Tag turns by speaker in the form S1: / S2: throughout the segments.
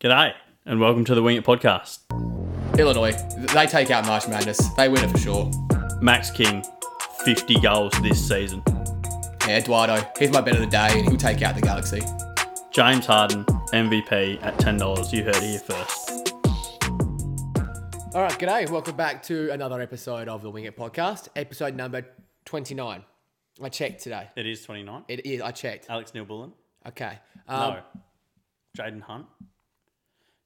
S1: G'day, and welcome to the Wing It podcast.
S2: Illinois, they take out March Madness. They win it for sure.
S1: Max King, 50 goals this season.
S2: Yeah, Eduardo, he's my bet of the day, and he'll take out the Galaxy.
S1: James Harden, MVP at $10. You heard it here first.
S2: All right, g'day. Welcome back to another episode of the Wing It podcast, episode number 29. I checked today.
S1: It is 29.
S2: It is, I checked.
S1: Alex Neil Bullen.
S2: Okay.
S1: Uh, No.
S2: Um,
S1: Jaden Hunt.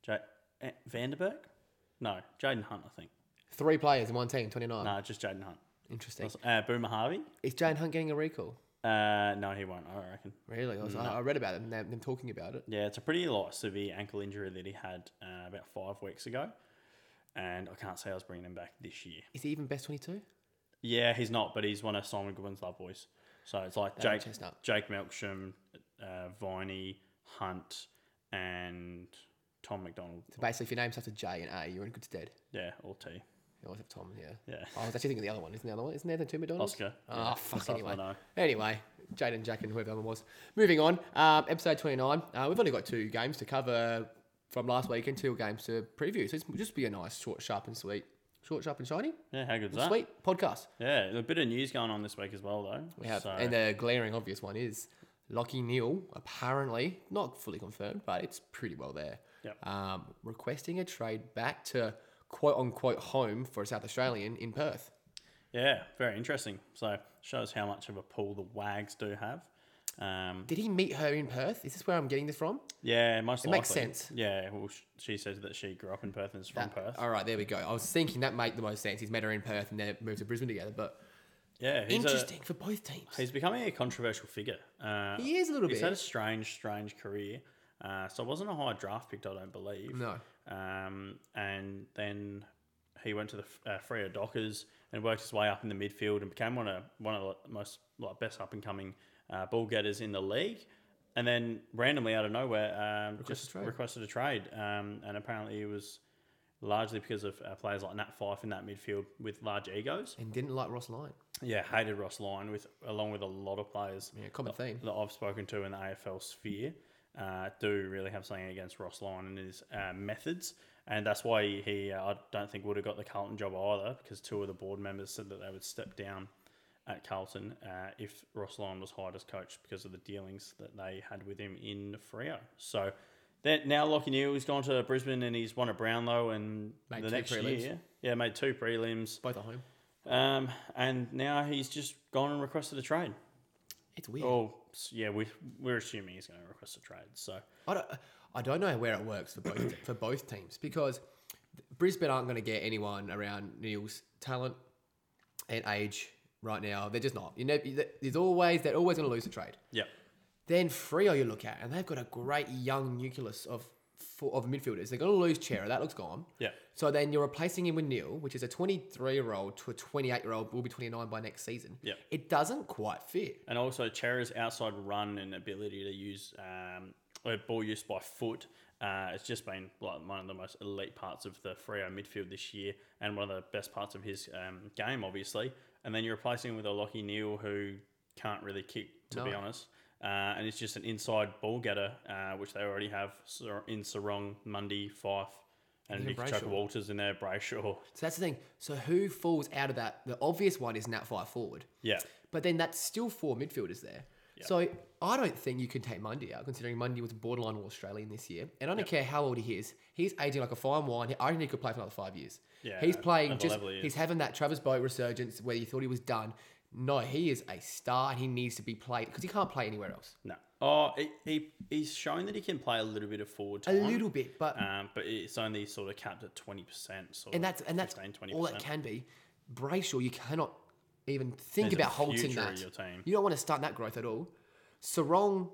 S1: Ja- eh, Vanderberg? No, Jaden Hunt, I think.
S2: Three players in one team, 29.
S1: No, just Jaden Hunt.
S2: Interesting.
S1: Uh, Boomer Harvey?
S2: Is Jane Hunt getting a recall?
S1: Uh, no, he won't, I reckon.
S2: Really? I, was, I I read about it and them, them talking about it.
S1: Yeah, it's a pretty like, severe ankle injury that he had uh, about five weeks ago. And I can't say I was bringing him back this year.
S2: Is he even best 22?
S1: Yeah, he's not, but he's one of Simon Goodwin's love boys. So it's like
S2: David
S1: Jake,
S2: Chestnut.
S1: Jake Melksham, uh, Viney, Hunt, and Tom McDonald.
S2: So basically, if your name starts with J and A, you're in good stead.
S1: Yeah, all T.
S2: You always have Tom, yeah.
S1: Yeah.
S2: I was actually thinking of the other one. Isn't the other one? Isn't there the two McDonald's?
S1: Oscar.
S2: Oh,
S1: Yeah,
S2: fuck,
S1: that's what I
S2: anyway.
S1: know.
S2: Anyway, Jaden, Jack, and whoever the other one was. Moving on, um, episode 29. Uh, we've only got two games to cover from last week and two games to preview. So it's just be a nice, short, sharp, and sweet. Short, sharp, and shiny.
S1: Yeah, how good's that?
S2: Sweet podcast.
S1: Yeah, there's a bit of news going on this week as well, though.
S2: We have,
S1: So,
S2: and the glaring obvious one is Lockie Neal, apparently, not fully confirmed, but it's pretty well there.
S1: Yep.
S2: Um, requesting a trade back to quote unquote home for a South Australian in Perth.
S1: yeah, very interesting. So shows how much of a pull the Wags do have. Um,
S2: Did he meet her in Perth? Is this where I'm getting this from?
S1: yeah, most
S2: It
S1: likely.
S2: makes sense.
S1: Yeah, well, sh- she says that she grew up in Perth and is from Perth.
S2: Uh, All right, there we go. I was thinking that made the most sense. He's met her in Perth and they moved to Brisbane together. But
S1: Yeah, he's a-
S2: interesting for both teams.
S1: He's becoming a controversial figure. Uh,
S2: He is a little
S1: he's
S2: bit.
S1: had a strange, strange career. Uh, so it wasn't a high draft pick, I don't believe.
S2: No.
S1: Um, and then he went to the uh, Freo Dockers and worked his way up in the midfield and became one of one of the most like best up and coming uh, ball getters in the league. And then randomly out of nowhere, um, just
S2: trade.
S1: requested a trade. Um, and apparently it was largely because of uh, players like Nat Fife in that midfield with large egos.
S2: and didn't like Ross Lyon.
S1: Yeah, hated Ross Lyon with along with a lot of players
S2: Yeah, common theme.
S1: that I've spoken to in the AFL sphere uh, do really have something against Ross Lyon and his uh, methods. And that's why he, uh, I don't think, would have got the Carlton job either, because two of the board members said that they would step down at Carlton uh, if Ross Lyon was hired as coach because of the dealings that they had with him in Freo. So then now Lockie Neal has gone to Brisbane and he's won at Brownlow and
S2: Made
S1: the
S2: two
S1: next
S2: prelims.
S1: year, yeah, made two prelims.
S2: Both at home.
S1: Um, and now he's just gone and requested a trade.
S2: It's weird.
S1: Oh, s- yeah, we, we're assuming he's going to request a trade. So,
S2: I don't, I don't know where it works for both for both teams because Brisbane aren't going to get anyone around Neil's talent and age right now. They're just not. You know, there's always they're always going to lose the trade.
S1: yeah.
S2: Then Freo you look at, and they've got a great young nucleus of full, of midfielders. They're going to lose Chera. That looks gone.
S1: Yeah.
S2: So then you're replacing him with Neil, which is a 23 year old to a 28 year old, will be 29 by next season.
S1: Yeah.
S2: It doesn't quite fit.
S1: And also, Chera's outside run and ability to use um, or ball use by foot. Uh, it's just been like one of the most elite parts of the Freo midfield this year, and one of the best parts of his um, game, obviously. And then you're replacing him with a Lockie Neal who can't really kick, to be
S2: No.
S1: honest. Uh, and it's just an inside ball getter, uh, which they already have Sor- in Sarong, Mundy, Fife, and
S2: Even
S1: Nick Chuck
S2: Brayshaw.
S1: Walters in there, Brayshaw.
S2: So that's the thing. So who falls out of that? The obvious one is Nat Five forward,
S1: Yeah.
S2: but then that's still four midfielders there. So I don't think you can take Mundy out, considering Mundy was borderline all Australian this year. And I don't care how old he is; he's aging like a fine wine. I think he could play for another five years.
S1: Yeah,
S2: he's playing
S1: another
S2: just
S1: level he is.
S2: he's having that Travis Boat resurgence where you thought he was done. No, he is a star, and he needs to be played because he can't play anywhere else.
S1: No. Oh, he, he he's shown that he can play a little bit of forward
S2: A
S1: time.
S2: little bit, but
S1: Um, but it's only sort of capped at twenty percent. Sort
S2: and
S1: of
S2: that's and that's
S1: 15, 20%.
S2: all that can be. Brayshaw, you cannot even think
S1: There's a
S2: about halting
S1: future
S2: that.
S1: of your team.
S2: You don't want to start that growth at all. Sarong,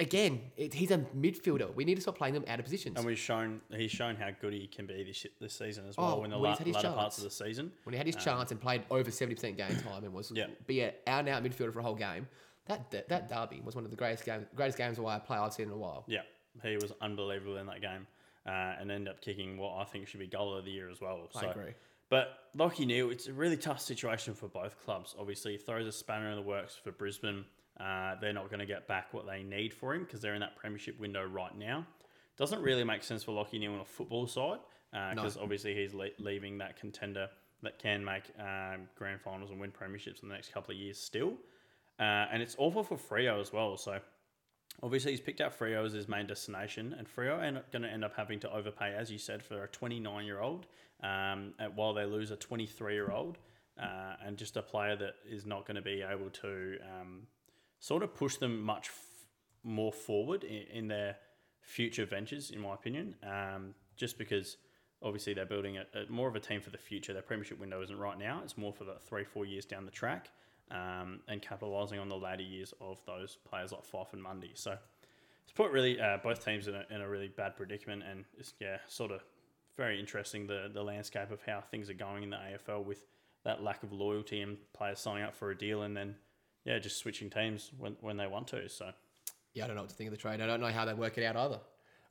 S2: again, it, he's a midfielder. We need to stop playing them out of positions.
S1: And we've shown he's shown how good he can be this this season as well.
S2: Oh,
S1: in the la-
S2: well, he's had his
S1: latter parts of the
S2: chance.
S1: season,
S2: when he had his chance and played over seventy percent game time and was
S1: Yeah.
S2: be an out and out midfielder for a whole game, that that, that derby was one of the greatest games greatest games away I play I've seen in a while.
S1: yeah, he was unbelievable in that game, uh, and ended up kicking what I think should be goal of the year as well. So,
S2: agree.
S1: But Lockie Neal, it's a really tough situation for both clubs. Obviously, he throws a spanner in the works for Brisbane. Uh, they're not going to get back what they need for him because they're in that premiership window right now. Doesn't really make sense for Lockie Neal on a football side
S2: No.
S1: because obviously he's le- leaving that contender that can make um, grand finals and win premierships in the next couple of years still. Uh, and it's awful for Frio as well. So obviously he's picked out Frio as his main destination, and Frio are going to end up having to overpay, as you said, for a 29 year old, um, and while they lose a 23 year old, uh, and just a player that is not going to be able to um, sort of push them much f- more forward in, in their future ventures, in my opinion. Um, just because obviously they're building a, a, more of a team for the future. Their premiership window isn't right now; it's more for the three, four years down the track, um, and capitalising on the latter years of those players like Fife and Mundy. So it's put really uh, both teams in a, in a really bad predicament, and it's yeah, sort of very interesting the the landscape of how things are going in the AFL with that lack of loyalty and players signing up for a deal and then yeah, just switching teams when when they want to. So
S2: Yeah, I don't know what to think of the trade. I don't know how they work it out either.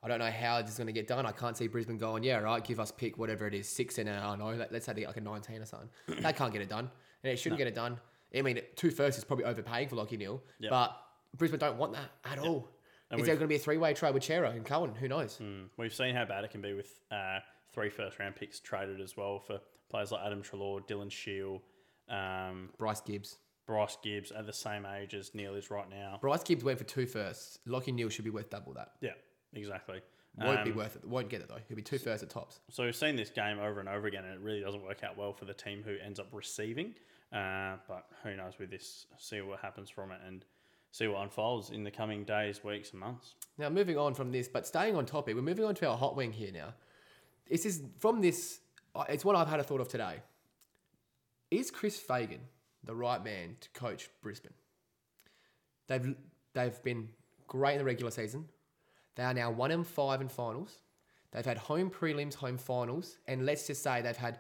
S2: I don't know how this is going to get done. I can't see Brisbane going, yeah, right, give us pick whatever it is, six and a, I don't know, let- let's say they get like a 19 or something. they can't get it done. And it shouldn't get it done. I mean, two firsts is probably overpaying for Lockie Neal, but Brisbane don't want that at all. is there
S1: we've-
S2: going to be a three way trade with Chera and Cohen? Who knows?
S1: mm, we've seen how bad it can be with uh, three first round picks traded as well for players like Adam Trelaw, Dylan Shield, um,
S2: Bryce Gibbs.
S1: Bryce Gibbs at the same age as Neil is right now.
S2: Bryce Gibbs went for two firsts. Lockie Neal should be worth double that.
S1: Yeah, exactly.
S2: Won't be
S1: Um,
S2: worth it. Won't get it though. He'll be two firsts at tops.
S1: So we've seen this game over and over again, and it really doesn't work out well for the team who ends up receiving. Uh, but who knows with this? See what happens from it, and see what unfolds in the coming days, weeks, and months.
S2: Now, moving on from this, but staying on topic, we're moving on to our hot wing here now. This is from this, I- it's what I've had a thought of today. Is Chris Fagan the right man to coach Brisbane? They've, they've been great in the regular season. They are now 1 and 5 in finals. They've had home prelims, home finals, and let's just say they've had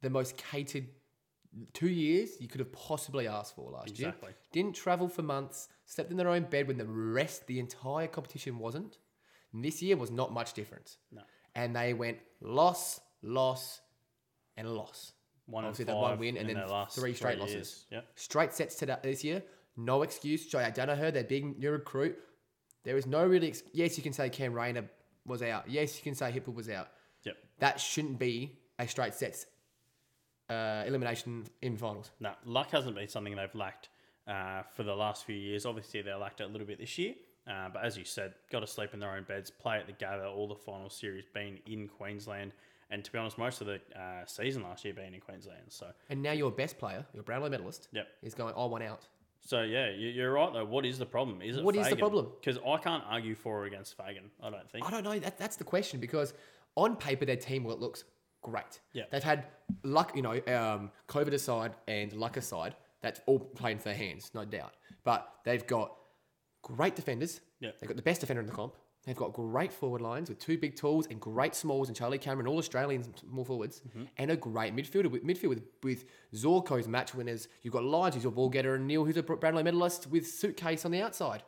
S2: the most catered two years you could have possibly asked for last year.
S1: Exactly.
S2: Didn't travel for months, slept in their own bed when the rest, the entire competition wasn't. And this year was not much different.
S1: No.
S2: And they went loss, loss, and loss.
S1: One
S2: Obviously,
S1: and
S2: that
S1: five,
S2: one win and
S1: in
S2: then
S1: their last
S2: three straight losses.
S1: years. Yep.
S2: Straight sets to that this year. No excuse. Jay Danaher, their big new recruit. There is no really. Ex- yes, you can say Cam Rayner was out. Yes, you can say Hipple was out.
S1: Yep.
S2: That shouldn't be a straight sets uh, elimination in finals.
S1: No, luck hasn't been something they've lacked uh, for the last few years. Obviously, they lacked it a little bit this year. Uh, but as you said, got to sleep in their own beds, play at the Gather, all the final series being in Queensland. And to be honest, most of the uh, season last year being in Queensland. So,
S2: And now your best player, your Brownlow medalist,
S1: yep.
S2: is going, I want out.
S1: So, yeah, you- you're right, though. What is the problem? Is it
S2: What is the problem?
S1: Because I can't argue for or against Fagan, I don't think.
S2: I don't know. That, that's the question because on paper, their team well, looks great.
S1: Yeah.
S2: They've had luck, you know, um, COVID aside and luck aside, that's all playing to their hands, no doubt. But they've got great defenders.
S1: Yeah.
S2: They've got the best defender in the comp. They've got great forward lines with two big tools and great smalls and Charlie Cameron, all Australians, more forwards,
S1: Mm-hmm.
S2: and a great midfielder with midfield with, with Zorko's match winners. You've got Lyons, who's your ball getter, and Neil, who's a Brownlow medalist, with suitcase on the outside.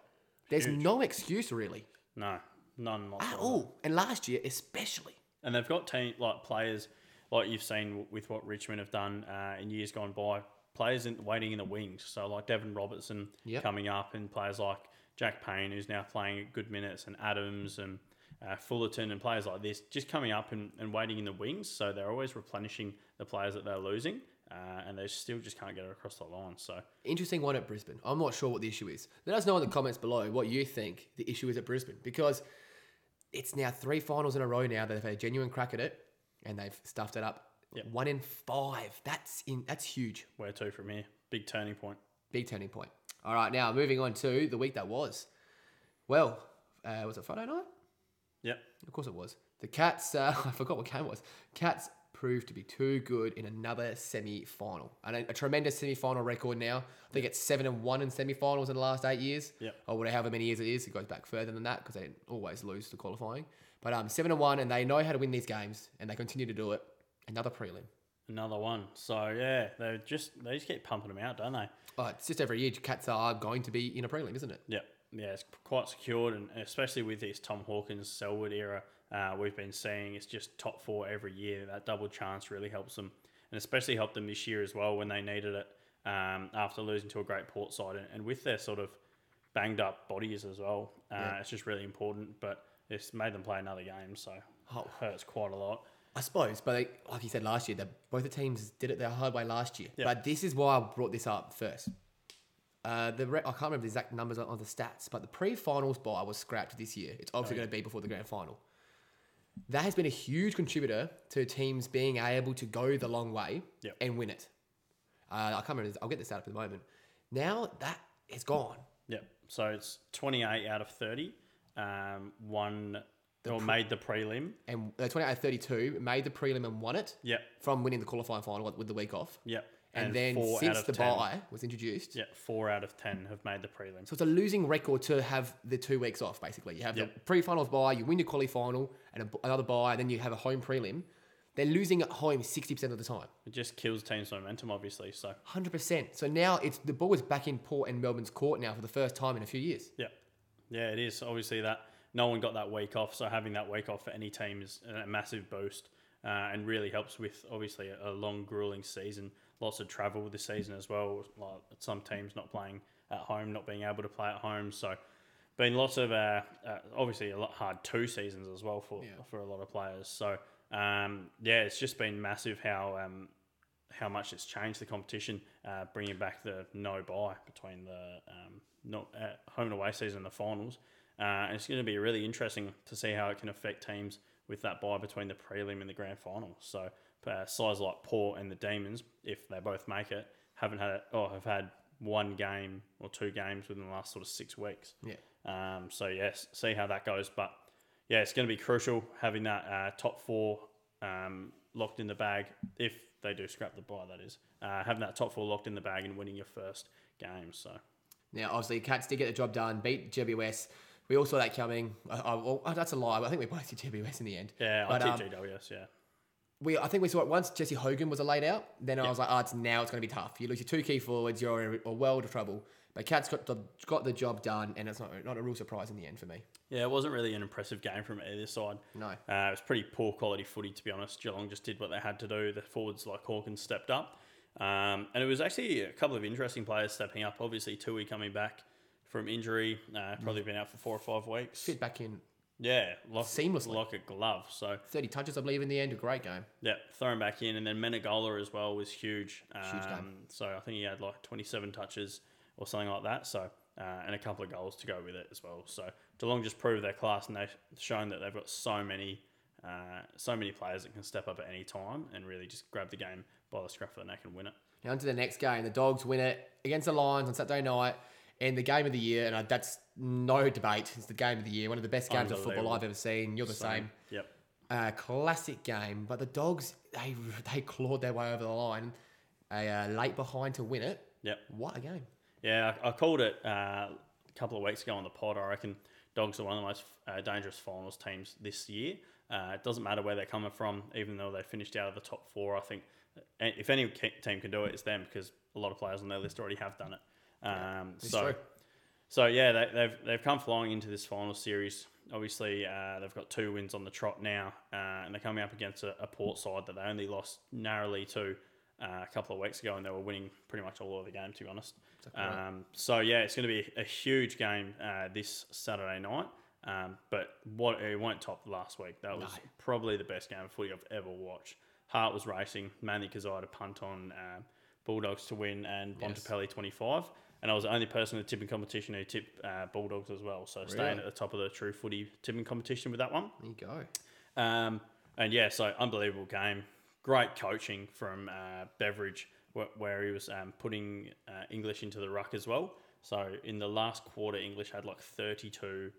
S2: There's no excuse really
S1: No, none
S2: at
S1: whatsoever.
S2: all, and last year especially.
S1: And they've got team like players like you've seen w- with what Richmond have done uh, in years gone by. Players in, waiting in the wings, so like Devin Robertson
S2: Yep.
S1: coming up, and players like Jack Payne who's now playing good minutes, and Adams and uh, Fullerton and players like this just coming up and, and waiting in the wings. So they're always replenishing the players that they're losing, uh, and they still just can't get it across the line. So
S2: Interesting one at Brisbane. I'm not sure what the issue is. Let us know in the comments below what you think the issue is at Brisbane because it's now three finals in a row now that they've had a genuine crack at it and they've stuffed it up. One in five. That's in. That's huge.
S1: where to from here? Big turning point.
S2: Big turning point. All right, now moving on to the week that was. Well, uh, was it Friday night?
S1: Yep.
S2: Of course it was. The Cats, uh, I forgot what game it was. Cats proved to be too good in another semi final. And a, a tremendous semi final record now. I think it's 7 and 1 in semi finals in the last eight years.
S1: Yep.
S2: Or whatever, however many years it is. It goes back further than that because they always lose to qualifying. But um, 7 and 1, and they know how to win these games, and they continue to do it. Another prelim.
S1: Another one. So yeah, they just they just keep pumping them out, don't they?
S2: Oh, it's just every year, Cats are going to be in a prelim, isn't it?
S1: Yeah, yeah, it's quite secured, and especially with this Tom Hawkins Selwood era, uh, we've been seeing it's just top four every year. That double chance really helps them, and especially helped them this year as well when they needed it um, after losing to a great port side, and, and with their sort of banged up bodies as well. Uh, It's just really important, but It's made them play another game, so
S2: Oh.
S1: it hurts quite a lot.
S2: I suppose, but like, like you said last year, the, both the teams did it the hard way last year.
S1: Yeah.
S2: But this is why I brought this up first. Uh, the re- I can't remember the exact numbers on, on the stats, but the pre-finals bye was scrapped this year. It's obviously going to be before the grand final. That has been a huge contributor to teams being able to go the long way
S1: Yep.
S2: and win it. Uh, I can't remember. I'll get this out up in a moment. Now that is gone.
S1: Yep. So it's 28 out of 30. Um, one or made the prelim.
S2: And uh, 28 out of 32 made the prelim and won it
S1: Yep.
S2: from winning the qualifying final with the week off.
S1: Yep.
S2: And, then since the
S1: 10,
S2: bye was introduced,
S1: Yeah, four out of 10 have made the prelim.
S2: So it's a losing record to have the two weeks off, basically. You have the
S1: Yep.
S2: pre-finals bye, you win your quali final, and a, another bye, and then you have a home prelim. They're losing at home 60% of the time.
S1: It just kills teams' momentum, obviously. So,
S2: 100%. So now it's the ball is back in Port and Melbourne's court now for the first time in a few years.
S1: yeah. Yeah, it is. Obviously, that no one got that week off. So, having that week off for any team is a massive boost uh, and really helps with, obviously, a, a long, grueling season. Lots of travel this season as well. Like some teams not playing at home, not being able to play at home. So, been lots of, uh, uh, obviously, a lot hard two seasons as well for, for a lot of players. So, um, yeah, it's just been massive how um, how much it's changed the competition, uh, bringing back the no buy between the um, not uh, home and away season and the finals. Uh, and it's going to be really interesting to see how it can affect teams with that buy between the prelim and the grand final. So uh, sides like Port and the Demons, if they both make it, haven't had it, or have had one game or two games within the last sort of six weeks.
S2: Yeah.
S1: Um, so yes, see how that goes. But yeah, it's going to be crucial having that uh, top four um, locked in the bag. If they do scrap the buy, that is uh, having that top four locked in the bag and winning your first game. So
S2: Now, obviously, Cats did get the job done, beat GWS. We all saw that coming. I, I, well, that's a lie. I think we both did GWS in the end.
S1: yeah,
S2: But,
S1: I
S2: um,
S1: did GWS. Yeah,
S2: we I think we saw it once. Jesse Hogan was a laid out. Then I was like, oh, it's now it's going to be tough. You lose your two key forwards, you're in a world of trouble. But Cat's got the, got the job done, and it's not not a real surprise in the end for me.
S1: yeah, it wasn't really an impressive game from either side.
S2: No.
S1: Uh, it was pretty poor quality footy, to be honest. Geelong just did what they had to do. The forwards, like Hawkins, stepped up. Um, and it was actually a couple of interesting players stepping up. Obviously, Tui coming back from injury, uh, probably been out for four or five weeks.
S2: Fit back in
S1: Yeah, like,
S2: Seamlessly.
S1: like a glove. So
S2: 30 touches, I believe, in the end. A great game.
S1: yeah, thrown back in, and then Menegola as well was huge. Um,
S2: Huge game.
S1: So I think he had like 27 touches or something like that. So uh, and a couple of goals to go with it as well. So Geelong just proved their class, and they've shown that they've got so many, uh, so many players that can step up at any time and really just grab the game by the scruff of the neck and win it.
S2: Now into the next game. The Dogs win it against the Lions on Saturday night, and the game of the year. And I, that's no debate. It's the game of the year. One of the best games of football
S1: Unbelievable.
S2: I've ever seen. You're the same.
S1: Yep.
S2: uh, classic game, but the dogs they they clawed their way over the line, a uh, late behind to win it.
S1: Yep.
S2: What a game!
S1: Yeah, I, I called it uh, a couple of weeks ago on the pod. I reckon dogs are one of the most uh, dangerous finals teams this year. Uh, it doesn't matter where they're coming from, even though they finished out of the top four. I think and if any ke- team can do it, it's them because a lot of players on their list already have done it. Um, so,
S2: true.
S1: so yeah, they, they've they've come flying into this final series. Obviously, uh, they've got two wins on the trot now, uh, and they're coming up against a, a port side that they only lost narrowly to uh, a couple of weeks ago, and they were winning pretty much all of the game, to be honest. Um, so yeah, it's going to be a huge game uh, this Saturday night. Um, but what it won't top last week. That was probably the best game of footy I've ever watched. Hart was racing mainly because I had a punt on um, Bulldogs to win and Bontepelli twenty five, and I was the only person in the tipping competition who tipped uh, Bulldogs as well. So
S2: Really?
S1: staying at the top of the true footy tipping competition with that one.
S2: There you go.
S1: Um, and yeah, so unbelievable game. Great coaching from uh, Beveridge, where, where he was um, putting uh, English into the ruck as well. So in the last quarter, English had like 32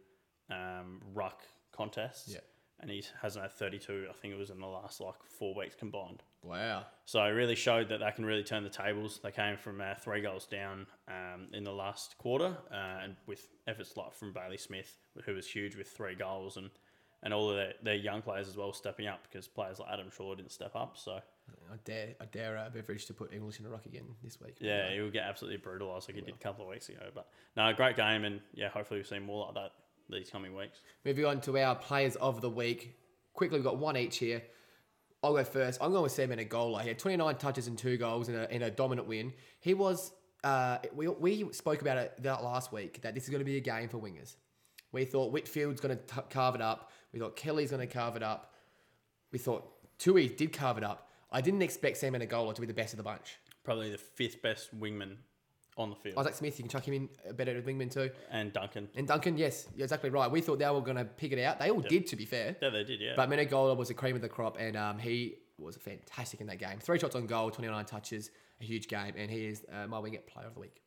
S1: um, ruck contests.
S2: Yeah.
S1: And he hasn't had 32, I think it was in the last like four weeks combined.
S2: Wow.
S1: So it really showed that they can really turn the tables. They came from uh, three goals down um, in the last quarter, uh, and with efforts like from Bailey Smith, who was huge with three goals, and and all of their, their young players as well stepping up because players like Adam Shaw didn't step up. So
S2: I dare I dare uh, Beveridge to put English in a rock again this week.
S1: yeah, he will get absolutely brutalised like he did a couple of weeks ago. But no, great game, and yeah, hopefully we'll see more like that these coming weeks.
S2: Moving on to our players of the week. Quickly, we've got one each here. I'll go first. I'm going with Sam and a goal. He had 29 touches and two goals in a, in a dominant win. He was, uh, we, we spoke about it that last week that this is going to be a game for wingers. We thought Whitfield's going to carve it up. We thought Kelly's going to carve it up. We thought Tui did carve it up. I didn't expect Sam Anagola to be the best of the bunch.
S1: Probably the fifth best wingman on the field.
S2: Isaac Smith, you can chuck him in a better wingman too.
S1: and Duncan.
S2: And Duncan, yes, you're exactly right. We thought they were going to pick it out. They all did, to be fair.
S1: Yeah, they did, yeah.
S2: But Menegola was the cream of the crop, and um, he was fantastic in that game. Three shots on goal, 29 touches, a huge game, and he is uh, my winget player of the week.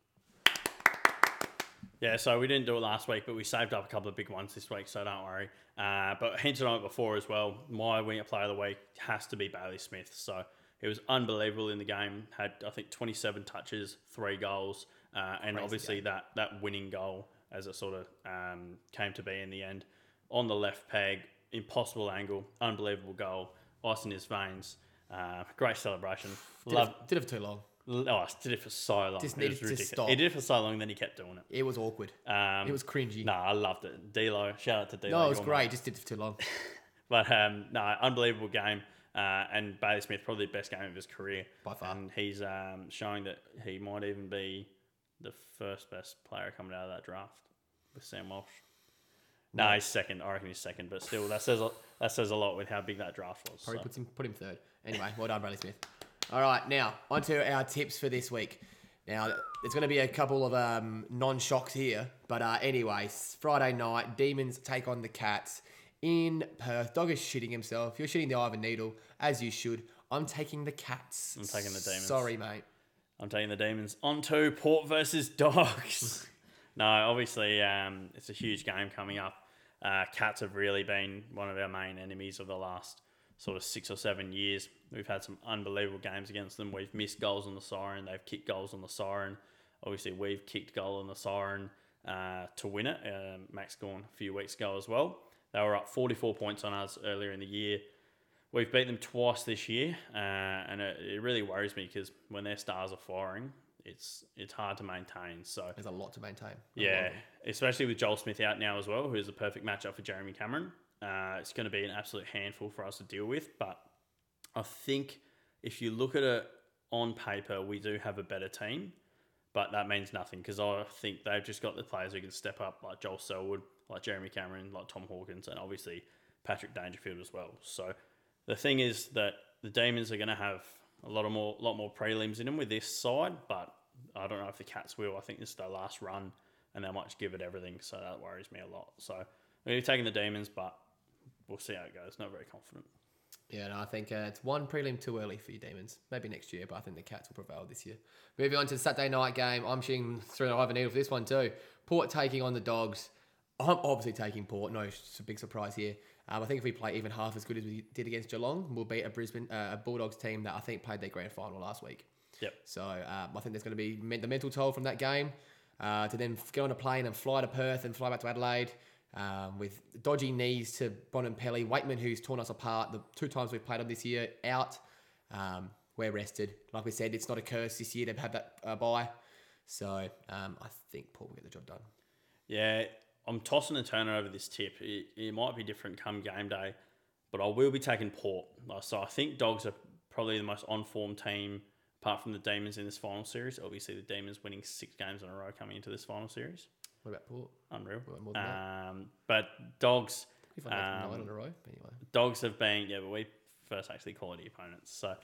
S1: Yeah, so we didn't do it last week, but we saved up a couple of big ones this week, so don't worry. Uh, but hinted on it before as well. My winner player of the week has to be Bailey Smith. So he was unbelievable in the game. Had I think 27 touches, three goals, uh, and obviously that that winning goal as it sort of um, came to be in the end on the left peg, impossible angle, unbelievable goal, ice in his veins. Uh, great celebration.
S2: Did,
S1: Love.
S2: it, did it for too long.
S1: Oh, did it for so long.
S2: Just
S1: it
S2: needed
S1: was
S2: to
S1: ridiculous.
S2: stop.
S1: He did it for so long, then he kept doing it.
S2: It was awkward.
S1: Um,
S2: it was cringy.
S1: Nah, I loved it. D'Lo, shout out to D'Lo.
S2: no, it was
S1: you're
S2: great.
S1: mate.
S2: Just did it for too long.
S1: But um, no, unbelievable game. Uh, and Bailey Smith probably the best game of his career
S2: By far.
S1: And he's um, showing that he might even be the first best player coming out of that draft with Sam Walsh. No, he's second. I reckon he's second, but still, that says a, that says a lot with how big that draft was.
S2: Probably
S1: so.
S2: puts him, put him third. Anyway, well done, Bradley Smith. All right, now on to our tips for this week. Now, there's going to be a couple of um, non shocks here, but uh, anyway, s- Friday night, Demons take on the Cats in Perth. Dog is shitting himself. You're shitting the eye of a needle, as you should. I'm taking the Cats. I'm
S1: taking the Demons.
S2: Sorry, mate.
S1: I'm taking the Demons on to Port versus Dogs. no, obviously, um, it's a huge game coming up. Uh, Cats have really been one of our main enemies of the last sort of six or seven years. We've had some unbelievable games against them. We've missed goals on the siren. They've kicked goals on the siren. Obviously, we've kicked goal on the siren uh, to win it. Um Max Gorn a few weeks ago as well. They were up 44 points on us earlier in the year. We've beat them twice this year, uh, and it, it really worries me because when their stars are firing, it's it's hard to maintain. So
S2: There's a lot to maintain.
S1: yeah, especially with Joel Smith out now as well, who is the perfect matchup for Jeremy Cameron. Uh, it's going to be an absolute handful for us to deal with. But I think if you look at it on paper, we do have a better team, but that means nothing because I think they've just got the players who can step up, like Joel Selwood, like Jeremy Cameron, like Tom Hawkins, and obviously Patrick Dangerfield as well. So the thing is that the Demons are going to have a lot of more, lot more prelims in them with this side, but I don't know if the Cats will. I think this is their last run, and they might just give it everything. So that worries me a lot. So I'm going to be taking the Demons, but we'll see how it goes. Not very confident.
S2: Yeah, no, I think uh, it's one prelim too early for your demons. Maybe next year, but I think the Cats will prevail this year. Moving on to the Saturday night game, I'm shooting through the eye of a needle for this one too. Port taking on the Dogs. I'm obviously taking Port. No s- big surprise here. Um, I think if we play even half as good as we did against Geelong, we'll beat a Brisbane, uh, a Bulldogs team that I think played their grand final last week.
S1: Yep.
S2: So um, I think there's going to be men- the mental toll from that game uh, to then f- get on a plane and fly to Perth and fly back to Adelaide um, with dodgy knees to Bonampelli. Waitman, who's torn us apart the two times we've played him this year, out. Um, we're rested. Like we said, it's not a curse this year to have that uh, bye. So um, I think Paul will get the job done.
S1: Yeah, I'm tossing and turning over this tip. It, it might be different come game day, but I will be taking Port. Uh, So I think Dogs are probably the most on form team apart from the Demons in this final series. Obviously, the Demons winning six games in a row coming into this final series.
S2: What about Port?
S1: Unreal.
S2: Well, more than
S1: Um, but Dogs.
S2: We've won like
S1: um,
S2: nine in a row. But anyway,
S1: dogs have been yeah, but we first actually quality opponents. So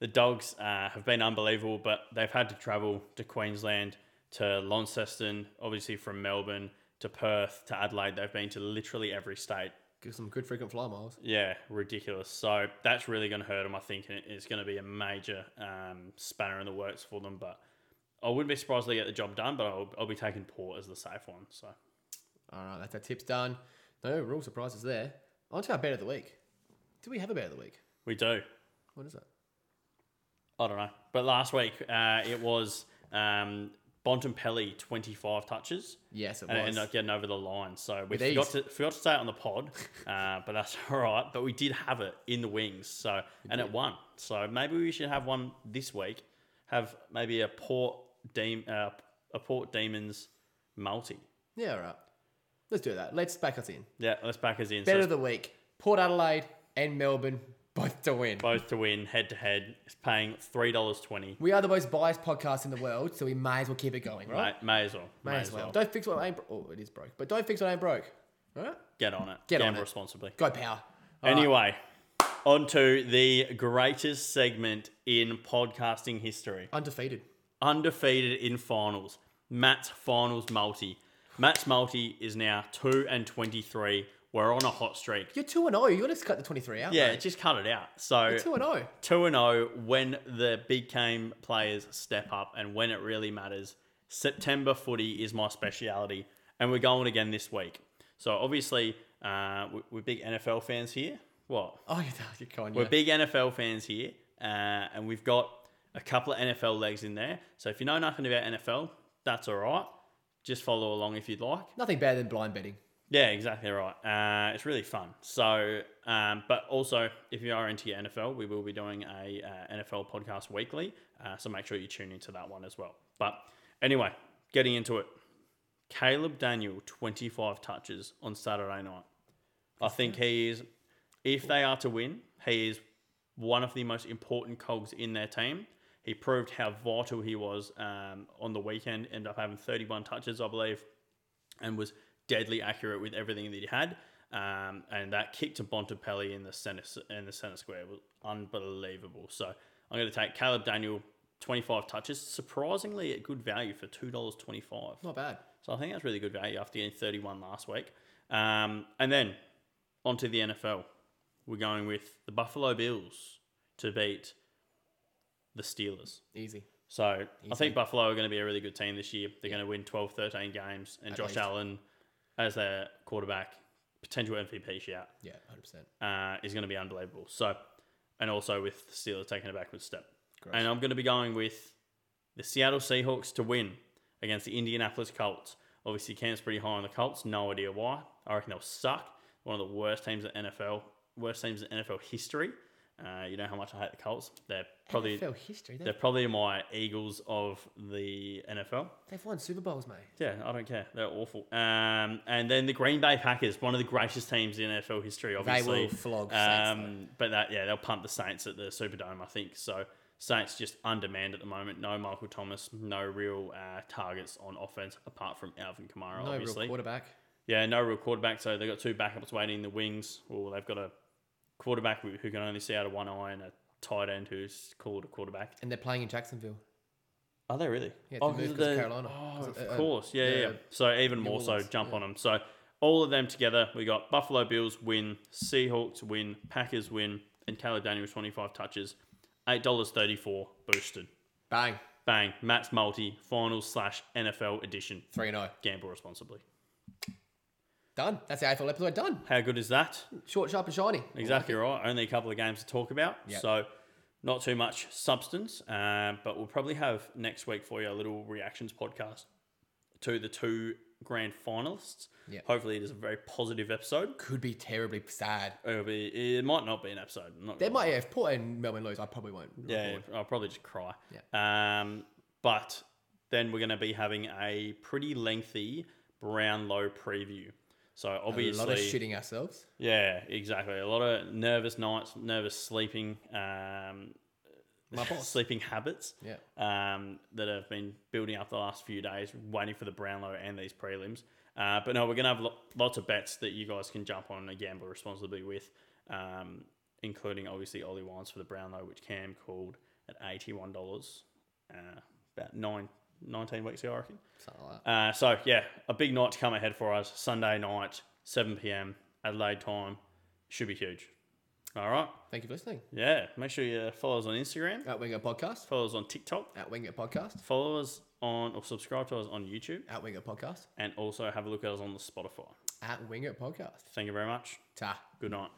S1: the dogs uh, have been unbelievable, but they've had to travel to Queensland, to Launceston, obviously from Melbourne to Perth to Adelaide. They've been to literally every state.
S2: give some good frequent fly miles.
S1: Yeah, ridiculous. So that's really going to hurt them, I think, and it's going to be a major um, spanner in the works for them. But I wouldn't be surprised if they get the job done, but I'll, I'll be taking Port as the safe one. So
S2: All right, that's our tips done. No real surprises there. On to our bet of the week. Do we have a bet of the week?
S1: we do.
S2: What is that?
S1: I don't know. But last week, uh, it was um, Bontempelli 25 touches.
S2: Yes, it
S1: And it
S2: was.
S1: ended up getting over the line. So we
S2: With
S1: forgot
S2: ease.
S1: to, forgot to say it on the pod, uh, but that's all right. But we did have it in the wings. So And it won. So maybe we should have one this week. Have maybe a Port, Dem- uh, a Port Demons multi.
S2: yeah, all right. Let's do that. Let's back us in.
S1: Yeah, let's back us in. So
S2: Bet of the week. Port Adelaide and Melbourne both to win.
S1: both to win head to head. It's paying three dollars twenty.
S2: We are the most biased podcast in the world, so we may as well keep it going, right?
S1: May, may as well.
S2: May, as well. Don't fix what ain't. Bro- oh, it is broke, but don't fix what ain't broke. All right,
S1: Get on it.
S2: Get on
S1: Gamble
S2: it.
S1: responsibly.
S2: go power. All right.
S1: Anyway, on to the greatest segment in podcasting history.
S2: Oh, undefeated.
S1: Undefeated in finals. Matt's finals multi. Matt's multi is now 2 and 23. We're on a hot streak.
S2: You're two and zero. You got to cut the twenty three out.
S1: Yeah,
S2: mate.
S1: just cut it out. So
S2: two and oh. zero.
S1: 2 and 0 when the big game players step up and when it really matters. September footy is my speciality, and we're going again this week. So obviously, uh, we- we're big NFL fans here. What?
S2: Oh, you're, you're kind.
S1: We're big NFL fans here, uh, and we've got a couple of NFL legs in there. So if you know nothing about NFL, that's all right. Just follow along if you'd like.
S2: Nothing better than blind betting.
S1: Yeah, exactly right. Uh, it's really fun. So, um, but also, if you are into your NFL, we will be doing a uh, NFL podcast weekly. Uh, so make sure you tune into that one as well. But anyway, getting into it, Caleb Daniel, twenty-five touches on Saturday night. I think he is, if they are to win, he is one of the most important cogs in their team. He proved how vital he was um, on the weekend. Ended up having thirty-one touches, I believe and was deadly accurate with everything that he had. Um, and that kick to Bontempelli in the center in the center square was unbelievable. So I'm going to take Caleb Daniel, 25 touches, surprisingly at good value for two dollars 25.
S2: Not bad.
S1: So I think that's really good value after getting 31 last week. Um, and then onto the NFL. We're going with the Buffalo Bills to beat the Steelers.
S2: Easy.
S1: So I think Buffalo are going to be a really good team this year. They're going to win 12, 13 games, and Josh
S2: least.
S1: Allen as their quarterback, potential MVP shout,
S2: Yeah, hundred percent.
S1: uh, is going to be unbelievable. So, and also with the Steelers taking a backward step, and I'm going to be going with the Seattle Seahawks to win against the Indianapolis Colts. Obviously, Cam's pretty high on the Colts. No idea why. I reckon they'll suck. One of the worst teams in NFL, worst teams in NFL history. Uh, you know how much I hate the Colts. They're probably
S2: NFL history. They've,
S1: they're probably my Eagles of the NFL.
S2: they've won Super Bowls, mate.
S1: Yeah, I don't care. They're awful. Um, and then the Green Bay Packers, one of the greatest teams in NFL history, obviously.
S2: will flog Saints,
S1: Um, but that, yeah, they'll punt the Saints at the Superdome, I think. So Saints just undermanned at the moment. No Michael Thomas, no real uh, targets on offense apart from Alvin Kamara,
S2: No
S1: obviously.
S2: real quarterback.
S1: Yeah, no real quarterback. So they've got two backups waiting in the wings. Well, they've got a quarterback who who can only see out of one eye and a tight end who's called a quarterback.
S2: And they're playing in Jacksonville.
S1: Are they really?
S2: Yeah,
S1: Oh,
S2: they
S1: 'cause
S2: moved because of
S1: the-
S2: Carolina.
S1: Oh,
S2: 'Cause
S1: of
S2: it- uh,
S1: course. Yeah, yeah, yeah.
S2: the
S1: So even more so,
S2: Orleans,
S1: jump on 'em. on them. So all of them together, we got Buffalo Bills win, Seahawks win, Packers win, and Caleb Daniels 25 touches, $8.34 boosted.
S2: Bang.
S1: Bang. Matt's multi, finals slash NFL edition.
S2: Three and oh.
S1: Gamble responsibly.
S2: Done. That's the AFL episode done.
S1: How good is that?
S2: Short, sharp, and shiny.
S1: Exactly right. Only a couple of games to talk about,
S2: Yep.
S1: so not too much substance. Um, but we'll probably have next week for you a little reactions podcast to the two grand finalists.
S2: Yep.
S1: Hopefully, it is a very positive episode.
S2: Could be terribly sad.
S1: It'll be. It might not be an episode. I'm not
S2: They
S1: gonna
S2: might,
S1: lie.
S2: yeah, if Port and Melbourne lose, I probably won't.
S1: Yeah,
S2: record.
S1: I'll probably just cry. Um, but then we're going to be having a pretty lengthy Brownlow preview. So
S2: A
S1: obviously,
S2: lot of shitting ourselves.
S1: yeah, exactly. A lot of nervous nights, nervous sleeping. Um,
S2: My boss.
S1: sleeping habits
S2: Yeah.
S1: um, that have been building up the last few days, waiting for the Brownlow and these prelims. Uh, but no, we're going to have lo- lots of bets that you guys can jump on and gamble responsibly with, um, including obviously Ollie Wines for the Brownlow, which Cam called at $81 uh, about nine, 19 weeks ago, I reckon.
S2: Something like that.
S1: Uh, so yeah, a big night to come ahead for us. Sunday night, 7 p.m. Adelaide time. Should be huge. All right.
S2: Thank you for listening.
S1: Yeah. Make sure you follow us on Instagram.
S2: At Winger Podcast.
S1: Follow us on TikTok.
S2: At Winger Podcast.
S1: Follow us on or subscribe to us on YouTube,
S2: At Winger Podcast.
S1: and also have a look at us on the Spotify.
S2: At Winger Podcast.
S1: Thank you very much.
S2: Ta.
S1: Good night.